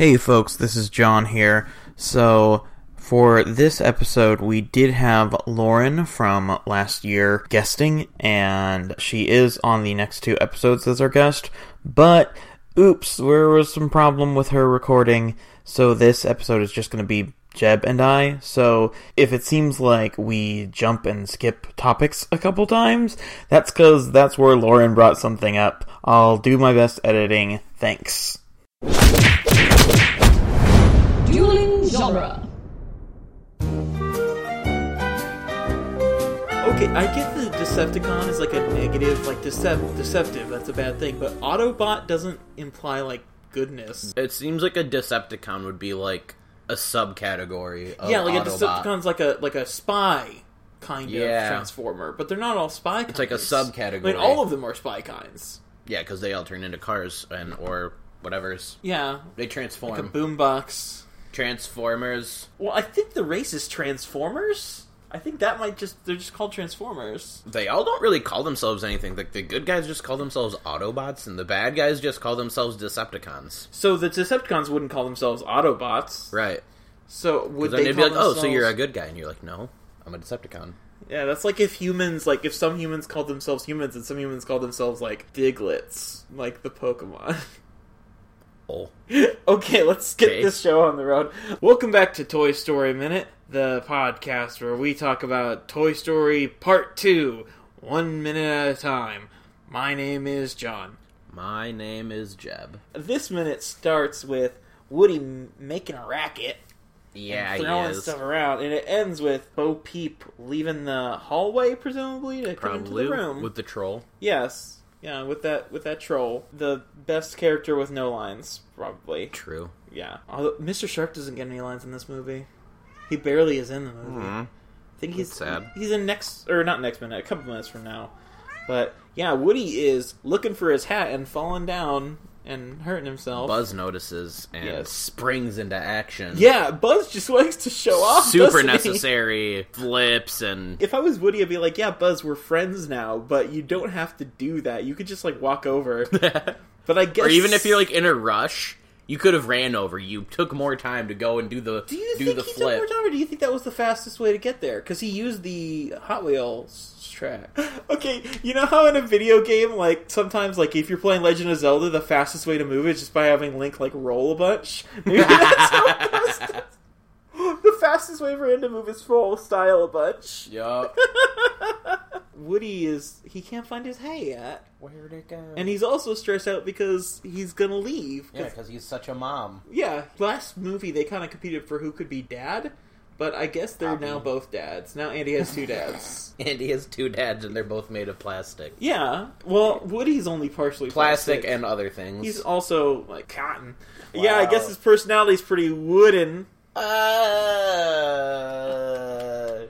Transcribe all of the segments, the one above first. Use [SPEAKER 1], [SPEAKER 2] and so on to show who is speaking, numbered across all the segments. [SPEAKER 1] Hey folks, this is John here. So, for this episode, we did have Lauren from last year guesting, and she is on the next two episodes as our guest, but oops, there was some problem with her recording, so this episode is just going to be Jeb and I. So, if it seems like we jump and skip topics a couple times, that's because that's where Lauren brought something up. I'll do my best editing. Thanks.
[SPEAKER 2] Dueling genre.
[SPEAKER 3] Okay, I get the Decepticon is like a negative, like decep- deceptive. That's a bad thing, but Autobot doesn't imply like goodness.
[SPEAKER 4] It seems like a Decepticon would be like a subcategory. Of
[SPEAKER 3] yeah, like a
[SPEAKER 4] Autobot.
[SPEAKER 3] Decepticon's like a like a spy kind
[SPEAKER 4] Yeah.
[SPEAKER 3] of transformer, but they're not all spy. Kinds.
[SPEAKER 4] like a subcategory.
[SPEAKER 3] I mean, all of them are spy kinds.
[SPEAKER 4] Yeah, because they all turn into cars and or whatever's.
[SPEAKER 3] Yeah,
[SPEAKER 4] They transform.
[SPEAKER 3] like a boombox.
[SPEAKER 4] Transformers.
[SPEAKER 3] Well, I think the race is Transformers. I think that might just they're just called Transformers.
[SPEAKER 4] They all don't really call themselves anything. Like the good guys just call themselves Autobots, and the bad guys just call themselves Decepticons.
[SPEAKER 3] So the Decepticons wouldn't call themselves Autobots.
[SPEAKER 4] Right.
[SPEAKER 3] So would
[SPEAKER 4] 'Cause
[SPEAKER 3] they
[SPEAKER 4] then they'd
[SPEAKER 3] call
[SPEAKER 4] be like, "Oh, so
[SPEAKER 3] themselves-
[SPEAKER 4] you're a good guy," and you're like, "No, I'm a Decepticon."
[SPEAKER 3] Yeah, that's like if humans, like if some humans called themselves humans and some humans called themselves like Diglets, like the Pokemon.
[SPEAKER 4] Oh,
[SPEAKER 3] okay, let's get
[SPEAKER 4] Okay.
[SPEAKER 3] this show on the road. Welcome back to Toy Story Minute, the podcast where we talk about Toy Story Part 2, one minute at a time. My name is John.
[SPEAKER 4] my name is Jeb.
[SPEAKER 3] This minute starts with Woody m- making a racket.
[SPEAKER 4] Yeah,
[SPEAKER 3] throwing
[SPEAKER 4] he is.
[SPEAKER 3] stuff around, and it ends with Bo Peep leaving the hallway, presumably to come into
[SPEAKER 4] Probably
[SPEAKER 3] the room
[SPEAKER 4] with the troll.
[SPEAKER 3] Yes. Yeah, with that with that troll, the best character with no lines, probably.
[SPEAKER 4] True.
[SPEAKER 3] Yeah. Although Mr. Sharp doesn't get any lines in this movie. He barely is in the movie. I think he's
[SPEAKER 4] Hmm. That's sad.
[SPEAKER 3] He's in next or not next minute, a couple minutes from now. But yeah, Woody is looking for his hat and falling down and hurting himself.
[SPEAKER 4] Buzz notices and
[SPEAKER 3] Oh. Yes.
[SPEAKER 4] springs into action.
[SPEAKER 3] Yeah, Buzz just likes to show off.
[SPEAKER 4] super
[SPEAKER 3] doesn't he?
[SPEAKER 4] necessary flips and
[SPEAKER 3] If I was Woody, I'd be like, "Yeah, Buzz, we're friends now, but you don't have to do that. You could just like walk over." But I guess,
[SPEAKER 4] or even if you're like in a rush you could have ran over you took more time to go and do the
[SPEAKER 3] Do you
[SPEAKER 4] do
[SPEAKER 3] think
[SPEAKER 4] the
[SPEAKER 3] he
[SPEAKER 4] flip
[SPEAKER 3] took more time, or do you think that was the fastest way to get there? Because he used the Hot Wheels track. Okay, you know how in a video game, like sometimes, like if you're playing Legend of Zelda, the fastest way to move is just by having Link like roll a bunch. Maybe that's how it goes. The fastest way for him to move is full style a bunch.
[SPEAKER 4] yup
[SPEAKER 3] Woody is he can't find his hat yet,
[SPEAKER 4] where'd it go
[SPEAKER 3] and he's also stressed out because he's gonna leave. 'cause
[SPEAKER 4] because he's such a mom
[SPEAKER 3] Yeah, last movie they kind of competed for who could be dad, but I guess they're now both dads. Now Andy has two dads.
[SPEAKER 4] and he has two dads and they're both made of plastic
[SPEAKER 3] yeah, well, Woody's only partially
[SPEAKER 4] plastic and other things
[SPEAKER 3] he's also like cotton. Yeah, I
[SPEAKER 4] Wow.
[SPEAKER 3] guess his personality's pretty wooden.
[SPEAKER 4] uh,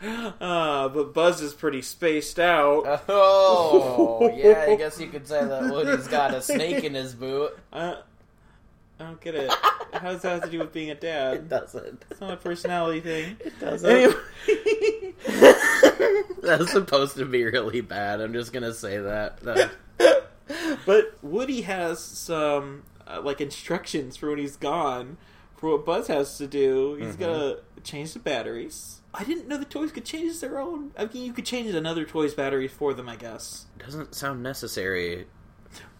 [SPEAKER 3] Uh, but Buzz is pretty spaced out.
[SPEAKER 4] oh yeah i guess you could say that woody's got a snake in his boot
[SPEAKER 3] Uh, I don't get it. How does that have to do with being a dad?
[SPEAKER 4] doesn't
[SPEAKER 3] It's not a personality thing.
[SPEAKER 4] doesn't
[SPEAKER 3] Anyway.
[SPEAKER 4] That's supposed to be really bad. I'm just gonna say that. That-
[SPEAKER 3] But Woody has some uh, like instructions for when he's gone, for what Buzz has to do. He's gotta change the batteries. I didn't know the toys could change their own. I mean, you could change another toy's battery for them, I guess.
[SPEAKER 4] doesn't sound necessary.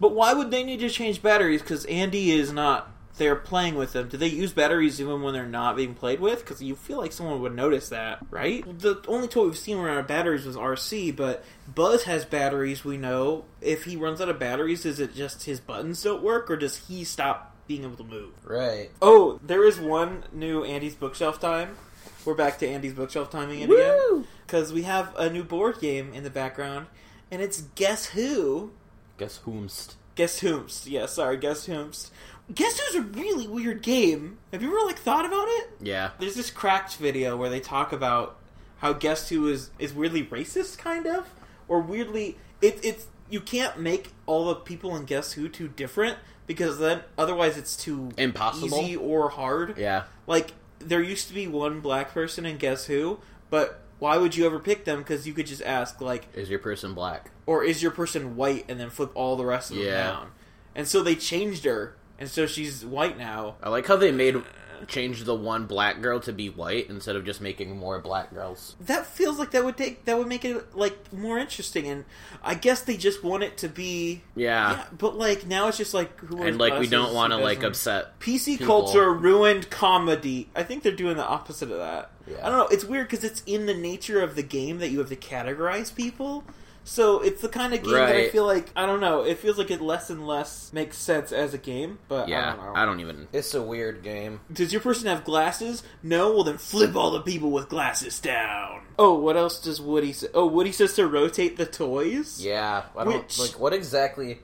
[SPEAKER 3] But why would they need to change batteries? Because Andy is not there playing with them. Do they use batteries even when they're not being played with? Because you feel like someone would notice that, right? The only toy we've seen around batteries was RC, but Buzz has batteries, we know. If he runs out of batteries, is it just his buttons don't work, or does he stop being able to move?
[SPEAKER 4] Right.
[SPEAKER 3] Oh, there is one new Andy's Bookshelf time. We're back to Andy's Bookshelf timing it again.
[SPEAKER 4] Woo!
[SPEAKER 3] Because we have a new board game in the background, and it's Guess Who?
[SPEAKER 4] Guess whomst.
[SPEAKER 3] Guess Whomst. Yeah, sorry, Guess Whomst. Guess Who's a really weird game. Have you ever like thought about it?
[SPEAKER 4] Yeah.
[SPEAKER 3] There's this Cracked video where they talk about how Guess Who is is weirdly racist, kind of, or weirdly it, it's you can't make all the people in Guess Who too different because then otherwise it's too
[SPEAKER 4] Impossible?
[SPEAKER 3] easy or hard.
[SPEAKER 4] Yeah.
[SPEAKER 3] Like there used to be one black person in Guess Who, but why would you ever pick them? Because you could just ask like
[SPEAKER 4] Is your person black?
[SPEAKER 3] or is your person white and then flip all the rest of them
[SPEAKER 4] Yeah.
[SPEAKER 3] down and so they changed her and so she's white now.
[SPEAKER 4] I like how they made change the one black girl to be white instead of just making more black girls.
[SPEAKER 3] That feels like that would take that would make it like more interesting, and I guess they just want it to be.
[SPEAKER 4] Yeah.
[SPEAKER 3] Yeah, but like now it's just like who wears
[SPEAKER 4] And like we
[SPEAKER 3] glasses,
[SPEAKER 4] don't want to
[SPEAKER 3] who
[SPEAKER 4] like
[SPEAKER 3] doesn't.
[SPEAKER 4] upset.
[SPEAKER 3] PC
[SPEAKER 4] people.
[SPEAKER 3] culture ruined comedy. I think they're doing the opposite of that.
[SPEAKER 4] Yeah.
[SPEAKER 3] I don't know. It's weird because it's in the nature of the game that you have to categorize people. So it's the kind of game that I
[SPEAKER 4] Right.
[SPEAKER 3] feel like I don't know. It feels like it less and less makes sense as a game. But
[SPEAKER 4] Yeah,
[SPEAKER 3] I don't know.
[SPEAKER 4] even. It's a weird game.
[SPEAKER 3] Does your person have glasses? No? Well, then flip all the people with glasses down. Oh, what else does Woody say? Oh, Woody says to rotate the toys?
[SPEAKER 4] Yeah, I
[SPEAKER 3] don't- Which- like,
[SPEAKER 4] what exactly?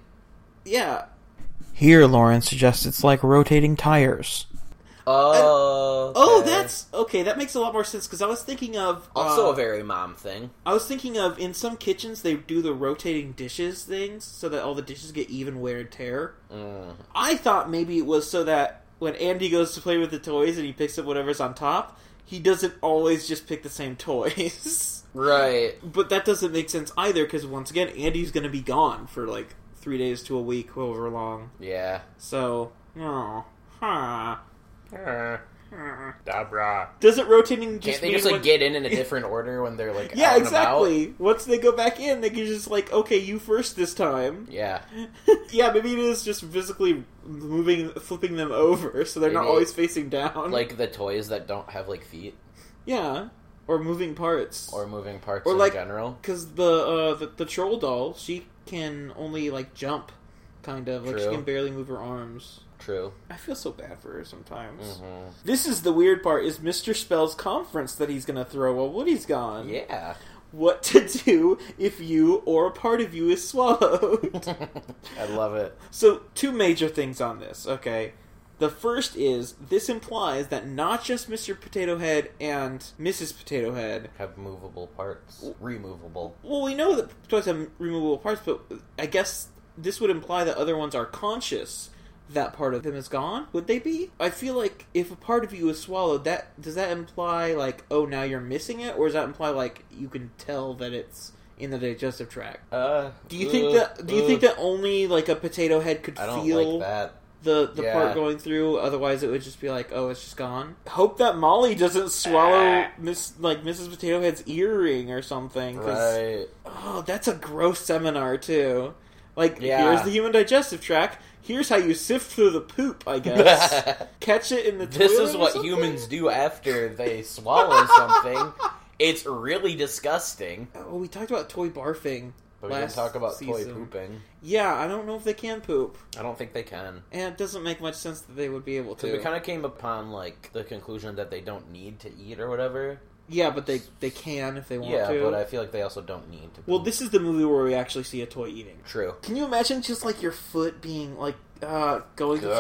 [SPEAKER 3] Yeah.
[SPEAKER 1] Here, Lauren suggests it's like rotating tires.
[SPEAKER 4] Oh,
[SPEAKER 3] Oh, that's. Okay, that makes a lot more sense because I was thinking of. uh,
[SPEAKER 4] very mom thing.
[SPEAKER 3] I was thinking of in some kitchens they do the rotating dishes things so that all the dishes get even wear and tear.
[SPEAKER 4] Mm.
[SPEAKER 3] I thought maybe it was so that when Andy goes to play with the toys and he picks up whatever's on top, he doesn't always just pick the same toys.
[SPEAKER 4] Right.
[SPEAKER 3] But that doesn't make sense either, because once again, Andy's going to be gone for like three days to a week, however long.
[SPEAKER 4] Yeah.
[SPEAKER 3] So, oh, huh.
[SPEAKER 4] Dabra.
[SPEAKER 3] Doesn't rotating just
[SPEAKER 4] Can't they
[SPEAKER 3] mean
[SPEAKER 4] just like
[SPEAKER 3] when-
[SPEAKER 4] get in in a different order when they're like
[SPEAKER 3] Yeah,
[SPEAKER 4] out and about?
[SPEAKER 3] exactly. Once they go back in, they can just like, okay, you first this time.
[SPEAKER 4] Yeah.
[SPEAKER 3] yeah, maybe it is just physically moving, flipping them over, so they're not
[SPEAKER 4] Maybe.
[SPEAKER 3] always facing down.
[SPEAKER 4] Like the toys that don't have like feet
[SPEAKER 3] yeah, or moving parts,
[SPEAKER 4] or moving parts
[SPEAKER 3] Or,
[SPEAKER 4] in
[SPEAKER 3] like-
[SPEAKER 4] general.
[SPEAKER 3] because the, uh, the the troll doll, she can only like jump, kind of like she
[SPEAKER 4] True.
[SPEAKER 3] can barely move her arms.
[SPEAKER 4] True.
[SPEAKER 3] I feel so bad for her sometimes.
[SPEAKER 4] Mhm.
[SPEAKER 3] This is the weird part: is Mister Spell's conference that he's gonna throw while Woody's gone.
[SPEAKER 4] Yeah.
[SPEAKER 3] What to do if you or a part of you is swallowed?
[SPEAKER 4] I love it.
[SPEAKER 3] so, two major things on this. Okay, the first is this implies that not just Mister Potato Head and Mrs. Potato Head.
[SPEAKER 4] Have movable parts. Removable.
[SPEAKER 3] Well, we know that toys have removable parts, but I guess this would imply that other ones are conscious. That part of them is gone. Would they be? I feel like if a part of you is swallowed, that does that imply like, oh, now you're missing it, or does that imply like you can tell that it's in the digestive tract?
[SPEAKER 4] Uh
[SPEAKER 3] Do you
[SPEAKER 4] uh,
[SPEAKER 3] think that? Do you think
[SPEAKER 4] uh,
[SPEAKER 3] that only like a potato head could
[SPEAKER 4] I don't
[SPEAKER 3] feel
[SPEAKER 4] like that.
[SPEAKER 3] the the part
[SPEAKER 4] Yeah.
[SPEAKER 3] going through? Otherwise, it would just be like, oh, it's just gone. Hope that Molly doesn't swallow Miss like Mrs. Potato Head's earring or something. 'cause-
[SPEAKER 4] Right.
[SPEAKER 3] Oh, that's a gross seminar too. Like,
[SPEAKER 4] Yeah.
[SPEAKER 3] here's the human digestive tract. Here's how you sift through the poop. I guess catch it in the.
[SPEAKER 4] This
[SPEAKER 3] toilet
[SPEAKER 4] is
[SPEAKER 3] or
[SPEAKER 4] what
[SPEAKER 3] something?
[SPEAKER 4] humans do after they swallow something. It's really disgusting.
[SPEAKER 3] Oh, we talked about toy barfing.
[SPEAKER 4] But we
[SPEAKER 3] last
[SPEAKER 4] didn't talk about
[SPEAKER 3] season.
[SPEAKER 4] toy pooping.
[SPEAKER 3] Yeah, I don't know if they can poop,
[SPEAKER 4] I don't think they can.
[SPEAKER 3] and it doesn't make much sense that they would be able to.
[SPEAKER 4] Because we kind of came upon like the conclusion that they don't need to eat or whatever.
[SPEAKER 3] Yeah, but they they can if they want
[SPEAKER 4] Yeah,
[SPEAKER 3] to.
[SPEAKER 4] but I feel like they also don't need to.
[SPEAKER 3] Well,
[SPEAKER 4] poop.
[SPEAKER 3] this is the movie where we actually see a toy eating.
[SPEAKER 4] true.
[SPEAKER 3] Can you imagine just like your foot being like uh going to
[SPEAKER 4] Ugh.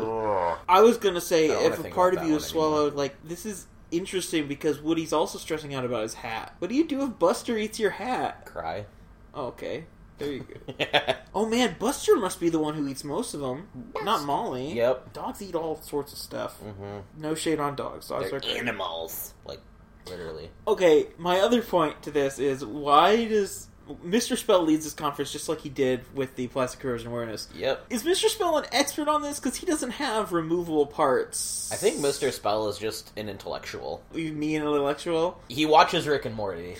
[SPEAKER 3] someone's? Ugh. I was gonna say
[SPEAKER 4] I don't wanna
[SPEAKER 3] if a
[SPEAKER 4] think
[SPEAKER 3] part
[SPEAKER 4] about
[SPEAKER 3] of
[SPEAKER 4] that
[SPEAKER 3] you is
[SPEAKER 4] one anymore.
[SPEAKER 3] swallowed, like this is interesting because Woody's also stressing out about his hat. What do you do if Buster eats your hat?
[SPEAKER 4] Cry.
[SPEAKER 3] Oh, okay, there you go.
[SPEAKER 4] yep.
[SPEAKER 3] oh man, Buster must be the one who eats most of them, not Molly. Dogs eat all sorts of stuff.
[SPEAKER 4] Mm-hmm.
[SPEAKER 3] No shade on dogs. Dogs are
[SPEAKER 4] They're
[SPEAKER 3] great.
[SPEAKER 4] animals. Like literally.
[SPEAKER 3] Okay, my other point to this is why does Mr. Spell leads this conference just like he did with the plastic corrosion awareness?
[SPEAKER 4] Yep.
[SPEAKER 3] Is Mr. Spell an expert on this? Because he doesn't have removable parts.
[SPEAKER 4] I think Mr. Spell is just an intellectual.
[SPEAKER 3] You mean intellectual?
[SPEAKER 4] He watches Rick and Morty.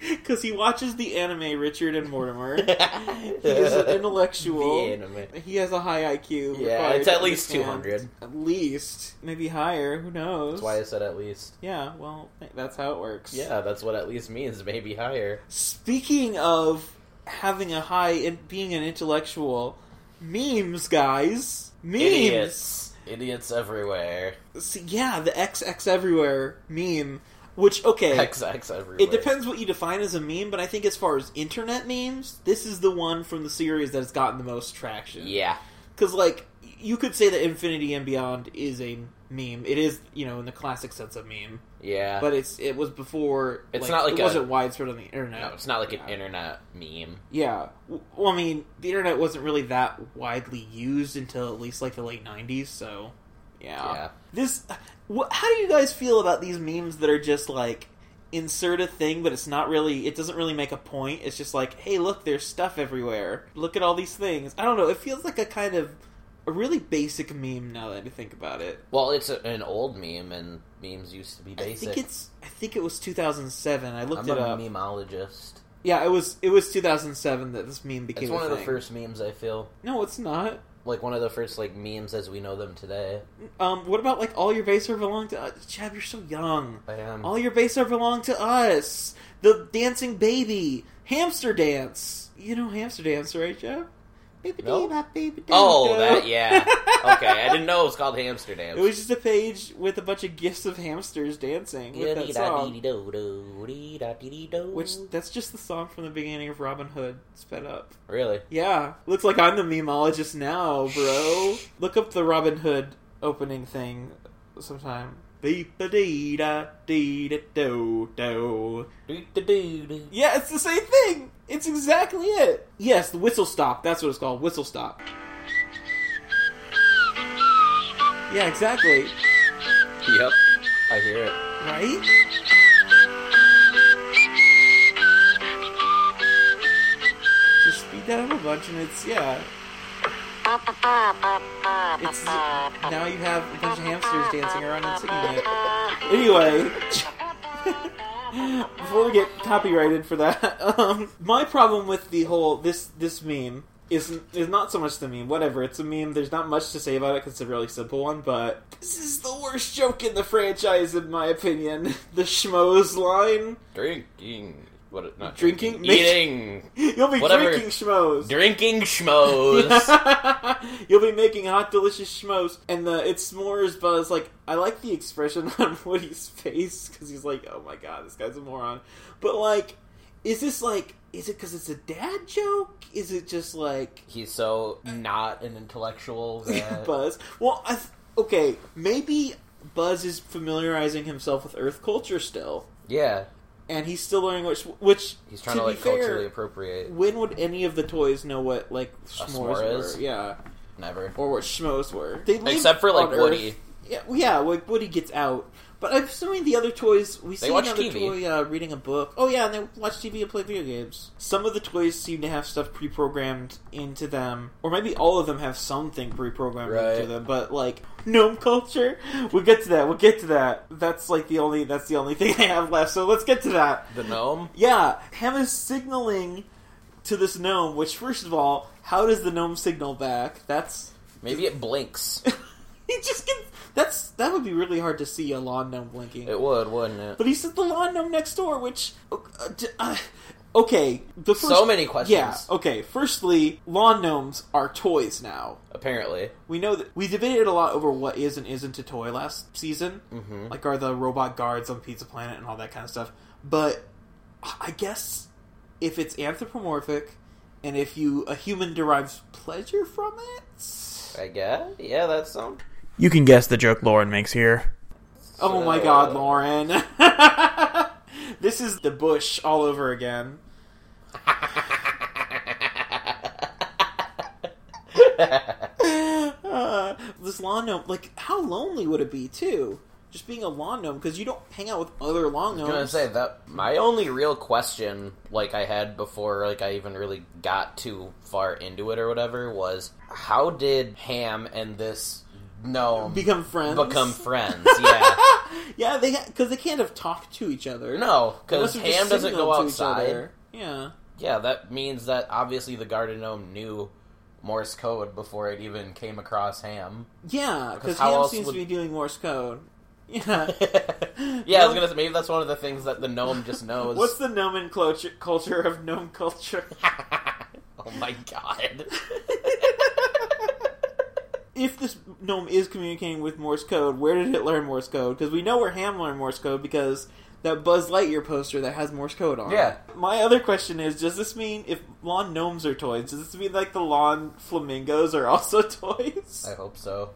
[SPEAKER 3] Because he watches the anime Richard and Mortimer.
[SPEAKER 4] he
[SPEAKER 3] he is an intellectual.
[SPEAKER 4] The anime.
[SPEAKER 3] He has a high IQ.
[SPEAKER 4] Yeah,
[SPEAKER 3] required
[SPEAKER 4] it's at
[SPEAKER 3] to
[SPEAKER 4] least two
[SPEAKER 3] understand.
[SPEAKER 4] hundred.
[SPEAKER 3] At least, maybe higher. Who knows?
[SPEAKER 4] That's why I said at least.
[SPEAKER 3] yeah, well, that's how it works.
[SPEAKER 4] Yeah, that's what at least means. Maybe higher.
[SPEAKER 3] Speaking of having a high and being an intellectual, memes, guys, memes.
[SPEAKER 4] Idiots. Idiots everywhere.
[SPEAKER 3] See, yeah, the XX everywhere meme. Which okay,
[SPEAKER 4] XX everywhere.
[SPEAKER 3] it depends what you define as a meme, but I think as far as internet memes, this is the one from the series that has gotten the most traction.
[SPEAKER 4] Yeah.
[SPEAKER 3] because like y- you could say that Infinity and Beyond is a meme. It is you know in the classic sense of meme,
[SPEAKER 4] Yeah.
[SPEAKER 3] but it's it was before.
[SPEAKER 4] It's not like
[SPEAKER 3] it
[SPEAKER 4] a-
[SPEAKER 3] wasn't widespread on the internet.
[SPEAKER 4] no, it's not like an
[SPEAKER 3] Yeah.
[SPEAKER 4] internet meme.
[SPEAKER 3] Yeah. W- Well, I mean, the internet wasn't really that widely used until at least like the late 90s, so yeah.
[SPEAKER 4] Yeah.
[SPEAKER 3] This wh- how do you guys feel about these memes that are just like insert a thing but it's not really it doesn't really make a point. It's just like, "Hey, look, there's stuff everywhere. Look at all these things." I don't know. It feels like a kind of a really basic meme now that I think about it.
[SPEAKER 4] Well, it's a, an old meme, and memes used to be
[SPEAKER 3] I
[SPEAKER 4] basic.
[SPEAKER 3] think it's I think it was 2007. I looked
[SPEAKER 4] I'm
[SPEAKER 3] it
[SPEAKER 4] a
[SPEAKER 3] up.
[SPEAKER 4] memeologist.
[SPEAKER 3] Yeah, it was it was 2007 that this meme became.
[SPEAKER 4] It's
[SPEAKER 3] a
[SPEAKER 4] one of the
[SPEAKER 3] thing.
[SPEAKER 4] first memes I feel
[SPEAKER 3] No, it's not.
[SPEAKER 4] like one of the first like memes as we know them today.
[SPEAKER 3] Um, what about like all your base are belong to us? Chad, you're so young.
[SPEAKER 4] I am.
[SPEAKER 3] All your base are belong to us. The dancing baby, hamster dance. You know hamster dance, right, Chad? Baby
[SPEAKER 4] Nope.
[SPEAKER 3] dee-bop, baby
[SPEAKER 4] oh,
[SPEAKER 3] dee-bop.
[SPEAKER 4] that yeah. okay, I didn't know it was called Amsterdam.
[SPEAKER 3] It was just a page with a bunch of gifs of hamsters dancing with that song. Which
[SPEAKER 4] Which
[SPEAKER 3] that's just the song from the beginning of Robin Hood sped up.
[SPEAKER 4] really?
[SPEAKER 3] Yeah, looks like I'm the memeologist now, bro. Look up the Robin Hood opening thing sometime. Beep a dee da dee da do do.
[SPEAKER 4] Doo-doo-doo-doo.
[SPEAKER 3] Yeah, it's the same thing. It's exactly it. Yes, the whistle stop. That's what it's called. Whistle stop. Yeah, exactly.
[SPEAKER 4] Yep, I hear it.
[SPEAKER 3] Right? Just speed that up a bunch and it's, yeah. It's, now you have a bunch of hamsters dancing around and singing it. Anyway, before we get copyrighted for that, um, my problem with the whole this this meme is is not so much the meme. Whatever, it's a meme. There's not much to say about it because it's a really simple one. But this is the worst joke in the franchise, in my opinion. The schmoes line.
[SPEAKER 4] Drinking. What? Not
[SPEAKER 3] Drinking?
[SPEAKER 4] Eating.
[SPEAKER 3] You'll be
[SPEAKER 4] Whatever.
[SPEAKER 3] drinking schmoes.
[SPEAKER 4] Drinking schmoes.
[SPEAKER 3] You'll be making hot, delicious schmoes, and the it's s'mores buzz. Like I like the expression on Woody's face because he's like, "Oh my god, this guy's a moron." But like, is this like, is it because it's a dad joke? Is it just like
[SPEAKER 4] He's so not an intellectual. That...
[SPEAKER 3] Buzz? Well, I th- okay, maybe Buzz is familiarizing himself with Earth culture still,
[SPEAKER 4] yeah,
[SPEAKER 3] and he's still learning which which
[SPEAKER 4] he's trying to,
[SPEAKER 3] be
[SPEAKER 4] like
[SPEAKER 3] fair,
[SPEAKER 4] culturally appropriate.
[SPEAKER 3] When would any of the toys know what like
[SPEAKER 4] s'more
[SPEAKER 3] s'mores
[SPEAKER 4] is?
[SPEAKER 3] were? Yeah.
[SPEAKER 4] Never.
[SPEAKER 3] or what schmoes were. They lived
[SPEAKER 4] Except for, like,
[SPEAKER 3] on Earth.
[SPEAKER 4] Woody.
[SPEAKER 3] Yeah, well, yeah, like Woody gets out. But I'm assuming the other toys we see
[SPEAKER 4] watch
[SPEAKER 3] another
[SPEAKER 4] TV.
[SPEAKER 3] toy uh, reading a book. Oh yeah, and they watch TV and play video games. Some of the toys seem to have stuff pre-programmed into them, or maybe all of them have something pre-programmed into
[SPEAKER 4] Right.
[SPEAKER 3] them. But like gnome culture, we'll get to that. We'll get to that. That's like the only that's the only thing I have left. So let's get to that.
[SPEAKER 4] The gnome.
[SPEAKER 3] Yeah, Ham is signaling to this gnome. Which, first of all, how does the gnome signal back? That's
[SPEAKER 4] Maybe it blinks.
[SPEAKER 3] he just gets that's that would be really hard to see a lawn gnome blinking.
[SPEAKER 4] It would, wouldn't it?
[SPEAKER 3] But he's at the lawn gnome next door, which uh, d- uh, okay. The first,
[SPEAKER 4] So many questions.
[SPEAKER 3] Yeah. Okay. Firstly, lawn gnomes are toys now.
[SPEAKER 4] Apparently.
[SPEAKER 3] We know that we debated a lot over what is and isn't a toy last season. Mm-hmm. Like, are the robot guards on Pizza Planet and all that kind of stuff? But I guess if it's anthropomorphic and if you a human derives pleasure from it,
[SPEAKER 4] I guess. Yeah, that's some.
[SPEAKER 1] You can guess the joke Lauren makes here.
[SPEAKER 3] Oh my
[SPEAKER 4] So-
[SPEAKER 3] god, Lauren. this is the bush all over again. Uh, this lawn gnome, like, how lonely would it be, too? Just being a lawn gnome, because you don't hang out with other lawn
[SPEAKER 4] I'm gonna
[SPEAKER 3] gnomes.
[SPEAKER 4] say that my only real question, like I had before, like I even really got too far into it or whatever, was how did Ham and this gnome
[SPEAKER 3] Become friends.
[SPEAKER 4] become friends? Yeah,
[SPEAKER 3] yeah, they because they can't have talked to each other.
[SPEAKER 4] no,
[SPEAKER 3] They must
[SPEAKER 4] because
[SPEAKER 3] have just
[SPEAKER 4] Ham doesn't go
[SPEAKER 3] signaled to each
[SPEAKER 4] outside.
[SPEAKER 3] other. Yeah,
[SPEAKER 4] Yeah, that means that obviously the garden gnome knew Morse code before it even came across Ham.
[SPEAKER 3] yeah, because
[SPEAKER 4] Because how
[SPEAKER 3] Ham
[SPEAKER 4] else
[SPEAKER 3] seems
[SPEAKER 4] would-
[SPEAKER 3] to be doing Morse code. Yeah.
[SPEAKER 4] yeah, I was gonna say maybe that's one of the things that the gnome just knows.
[SPEAKER 3] What's the nomenclature culture of gnome culture?
[SPEAKER 4] oh my god.
[SPEAKER 3] if this gnome is communicating with Morse code, where did it learn Morse code? Because we know where Ham learned Morse code because that Buzz Lightyear poster that has Morse code on. it.
[SPEAKER 4] Yeah.
[SPEAKER 3] My other question is: Does this mean if lawn gnomes are toys? Does this mean like the lawn flamingos are also toys?
[SPEAKER 4] I hope so.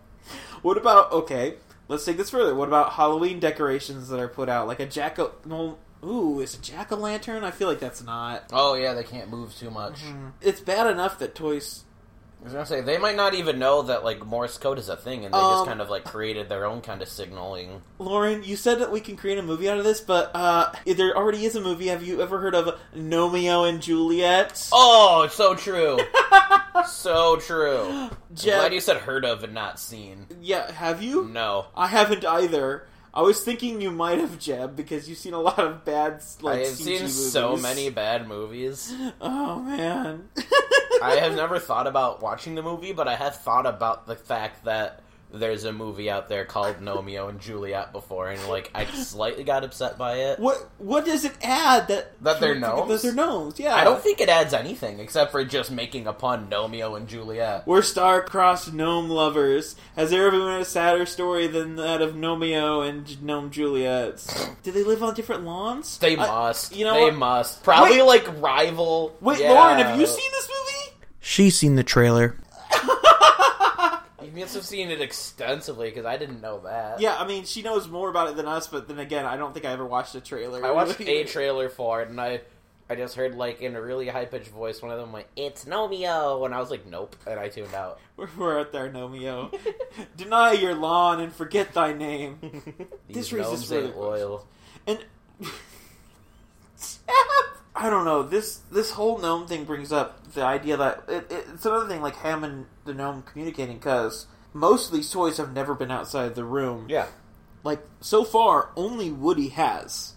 [SPEAKER 3] What about okay? Let's take this further. What about Halloween decorations that are put out, like a jack o' no? Ooh, is it jack o' lantern? I feel like that's not.
[SPEAKER 4] Oh yeah, they can't move too much.
[SPEAKER 3] Mm-hmm. It's bad enough that toys
[SPEAKER 4] I was gonna say they might not even know that like Morse code is a thing, and they
[SPEAKER 3] Um,
[SPEAKER 4] just kind of like created their own kind of signaling.
[SPEAKER 3] Lauren, you said that we can create a movie out of this, but uh, there already is a movie. Have you ever heard of Nomeo and Juliet?
[SPEAKER 4] Oh, it's so true, So true.
[SPEAKER 3] Jeff-
[SPEAKER 4] I'm glad you said heard of and not seen.
[SPEAKER 3] Yeah, have you?
[SPEAKER 4] No.
[SPEAKER 3] I haven't either. I was thinking you might have, Jeb, because you've seen a lot of bad like
[SPEAKER 4] I have
[SPEAKER 3] CG
[SPEAKER 4] seen
[SPEAKER 3] movies.
[SPEAKER 4] so many bad movies.
[SPEAKER 3] Oh man.
[SPEAKER 4] I have never thought about watching the movie, but I have thought about the fact that there's a movie out there called Nomeo and Juliet before, and like I slightly got upset by it.
[SPEAKER 3] What what does it add that
[SPEAKER 4] That they're
[SPEAKER 3] That
[SPEAKER 4] gnomes?
[SPEAKER 3] they're gnomes, yeah.
[SPEAKER 4] I don't think it adds anything except for just making a pun, Nomeo and Juliet.
[SPEAKER 3] We're star-crossed gnome lovers. Has there ever been a sadder story than that of Gnomeo and J- Gnome Juliet? Do they live on different lawns?
[SPEAKER 4] They
[SPEAKER 3] I-
[SPEAKER 4] must.
[SPEAKER 3] you know
[SPEAKER 4] they
[SPEAKER 3] what?
[SPEAKER 4] must. Probably
[SPEAKER 3] Wait.
[SPEAKER 4] like rival.
[SPEAKER 3] Wait,
[SPEAKER 4] Yeah.
[SPEAKER 3] Lauren, have you seen this movie?
[SPEAKER 1] She's seen the trailer.
[SPEAKER 4] You must have seen it extensively because I didn't know that.
[SPEAKER 3] Yeah, I mean, she knows more about it than us, but then again, I don't think I ever watched a trailer.
[SPEAKER 4] I watched a trailer for it, and I I just heard like in a really high pitched voice one of them like "It's Nomeo," and I was like, "Nope," and I tuned out.
[SPEAKER 3] We're, we're out there, Nomeo. Deny your lawn and forget thy name.
[SPEAKER 4] These
[SPEAKER 3] This raises
[SPEAKER 4] gnomes
[SPEAKER 3] further
[SPEAKER 4] ain't loyal.
[SPEAKER 3] And I don't know. This this whole gnome thing brings up the idea that it, it, it's another thing like Ham and the gnome communicating because most of these toys have never been outside the room.
[SPEAKER 4] Yeah,
[SPEAKER 3] Like so far, only Woody has,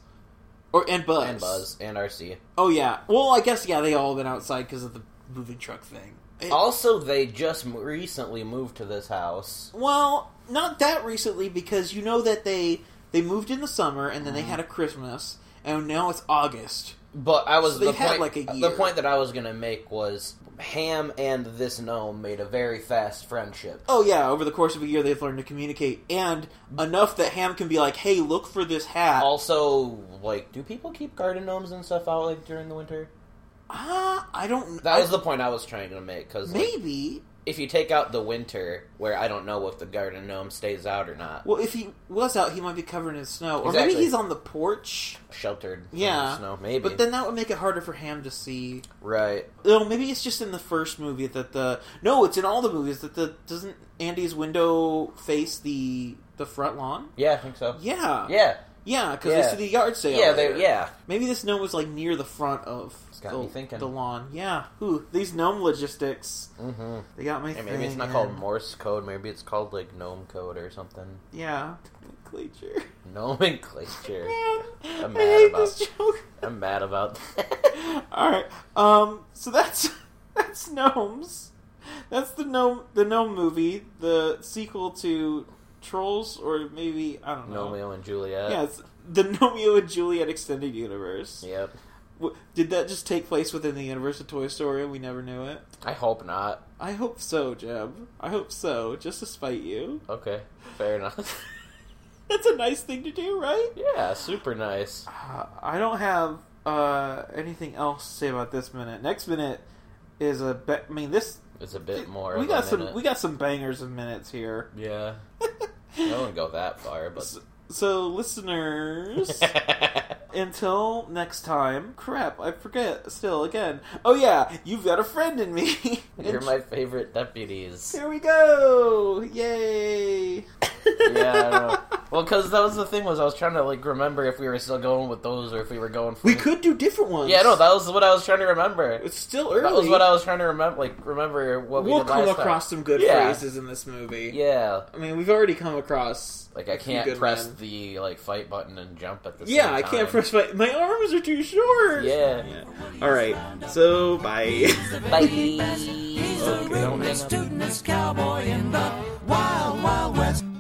[SPEAKER 3] or and Buzz
[SPEAKER 4] and Buzz and RC.
[SPEAKER 3] Oh yeah. Well, I guess yeah. They all been outside because of the moving truck thing. It-
[SPEAKER 4] Also, they just m- recently moved to this house.
[SPEAKER 3] Well, not that recently because you know that they they moved in the summer and then they
[SPEAKER 4] Mm-hmm.
[SPEAKER 3] had a Christmas and now it's August.
[SPEAKER 4] But I was
[SPEAKER 3] So they've
[SPEAKER 4] the
[SPEAKER 3] had,
[SPEAKER 4] point.
[SPEAKER 3] like, a
[SPEAKER 4] The
[SPEAKER 3] year.
[SPEAKER 4] point that I was gonna make was Ham and this gnome made a very fast friendship.
[SPEAKER 3] Oh yeah, over the course of a year they've learned to communicate and enough that Ham can be like, "Hey, look for this hat."
[SPEAKER 4] Also, like, do people keep garden gnomes and stuff out like during the winter?
[SPEAKER 3] Ah, I don't.
[SPEAKER 4] That
[SPEAKER 3] I-
[SPEAKER 4] was the point I was trying to make because
[SPEAKER 3] maybe.
[SPEAKER 4] if you take out the winter, where I don't know if the garden gnome stays out or not,
[SPEAKER 3] Well, if he was out, he might be covered in snow, or
[SPEAKER 4] Exactly.
[SPEAKER 3] maybe he's on the porch.
[SPEAKER 4] sheltered from
[SPEAKER 3] Yeah,
[SPEAKER 4] the snow, maybe.
[SPEAKER 3] But then that would make it harder for Ham to see.
[SPEAKER 4] right?
[SPEAKER 3] No, maybe it's just in the first movie that the no, it's in all the movies that the doesn't Andy's window face the the front lawn?
[SPEAKER 4] Yeah, I think so.
[SPEAKER 3] Yeah,
[SPEAKER 4] Yeah,
[SPEAKER 3] yeah, because
[SPEAKER 4] Yeah.
[SPEAKER 3] they see the yard sale.
[SPEAKER 4] yeah,
[SPEAKER 3] there.
[SPEAKER 4] they, yeah.
[SPEAKER 3] Maybe this gnome was like near the front of
[SPEAKER 4] got
[SPEAKER 3] the,
[SPEAKER 4] me thinking.
[SPEAKER 3] the lawn. Yeah, ooh, these gnome logistics.
[SPEAKER 4] Mm-hmm.
[SPEAKER 3] They got me.
[SPEAKER 4] And maybe it's not
[SPEAKER 3] thinking.
[SPEAKER 4] called Morse code. Maybe it's called like gnome code or something.
[SPEAKER 3] Yeah, nomenclature.
[SPEAKER 4] Nomenclature.
[SPEAKER 3] Man, i
[SPEAKER 4] I'm mad
[SPEAKER 3] hate
[SPEAKER 4] about-
[SPEAKER 3] this joke.
[SPEAKER 4] I'm mad about that.
[SPEAKER 3] All right. Um. So that's that's gnomes. That's the gnome the gnome movie, the sequel to Trolls, or maybe I don't know.
[SPEAKER 4] Nomeo and Juliet.
[SPEAKER 3] Yeah, it's the Gnomeo and Juliet extended universe.
[SPEAKER 4] Yep.
[SPEAKER 3] W- Did that just take place within the universe of Toy Story? and We never knew it.
[SPEAKER 4] I hope not.
[SPEAKER 3] I hope so, Jeb. I hope so, just to spite you.
[SPEAKER 4] Okay, fair enough.
[SPEAKER 3] That's a nice thing to do, right?
[SPEAKER 4] yeah, super nice.
[SPEAKER 3] Uh, I don't have uh, anything else to say about this minute. Next minute is a. Be- I mean, this
[SPEAKER 4] It's a bit more.
[SPEAKER 3] We
[SPEAKER 4] of
[SPEAKER 3] got
[SPEAKER 4] a
[SPEAKER 3] some.
[SPEAKER 4] minute.
[SPEAKER 3] We got some bangers of minutes here.
[SPEAKER 4] Yeah. I don't go that far, Oh, but.
[SPEAKER 3] So, listeners, until next time. Crap, I forget. Still, again. Oh yeah, you've got a friend in me.
[SPEAKER 4] You're my favorite deputies.
[SPEAKER 3] Here we go! Yay!
[SPEAKER 4] yeah, I know. Well, because that was the thing was I was trying to like remember if we were still going with those or if we were going. For...
[SPEAKER 3] we could do different ones.
[SPEAKER 4] Yeah, no, that was what I was trying to remember.
[SPEAKER 3] it's still early.
[SPEAKER 4] That was what I was trying to remember. Like remember what we
[SPEAKER 3] we'll
[SPEAKER 4] did
[SPEAKER 3] come
[SPEAKER 4] last
[SPEAKER 3] across
[SPEAKER 4] Time.
[SPEAKER 3] some good
[SPEAKER 4] Yeah.
[SPEAKER 3] phrases in this movie.
[SPEAKER 4] Yeah,
[SPEAKER 3] I mean, we've already come across.
[SPEAKER 4] like I
[SPEAKER 3] a few
[SPEAKER 4] can't
[SPEAKER 3] good
[SPEAKER 4] press
[SPEAKER 3] men.
[SPEAKER 4] the like fight button and jump at the same
[SPEAKER 3] Yeah, I can't
[SPEAKER 4] time.
[SPEAKER 3] press my my arms are too short.
[SPEAKER 4] Yeah.
[SPEAKER 3] All right. So bye.
[SPEAKER 4] Bye. Okay, don't hang up.
[SPEAKER 5] cowboy in the wild, wild west.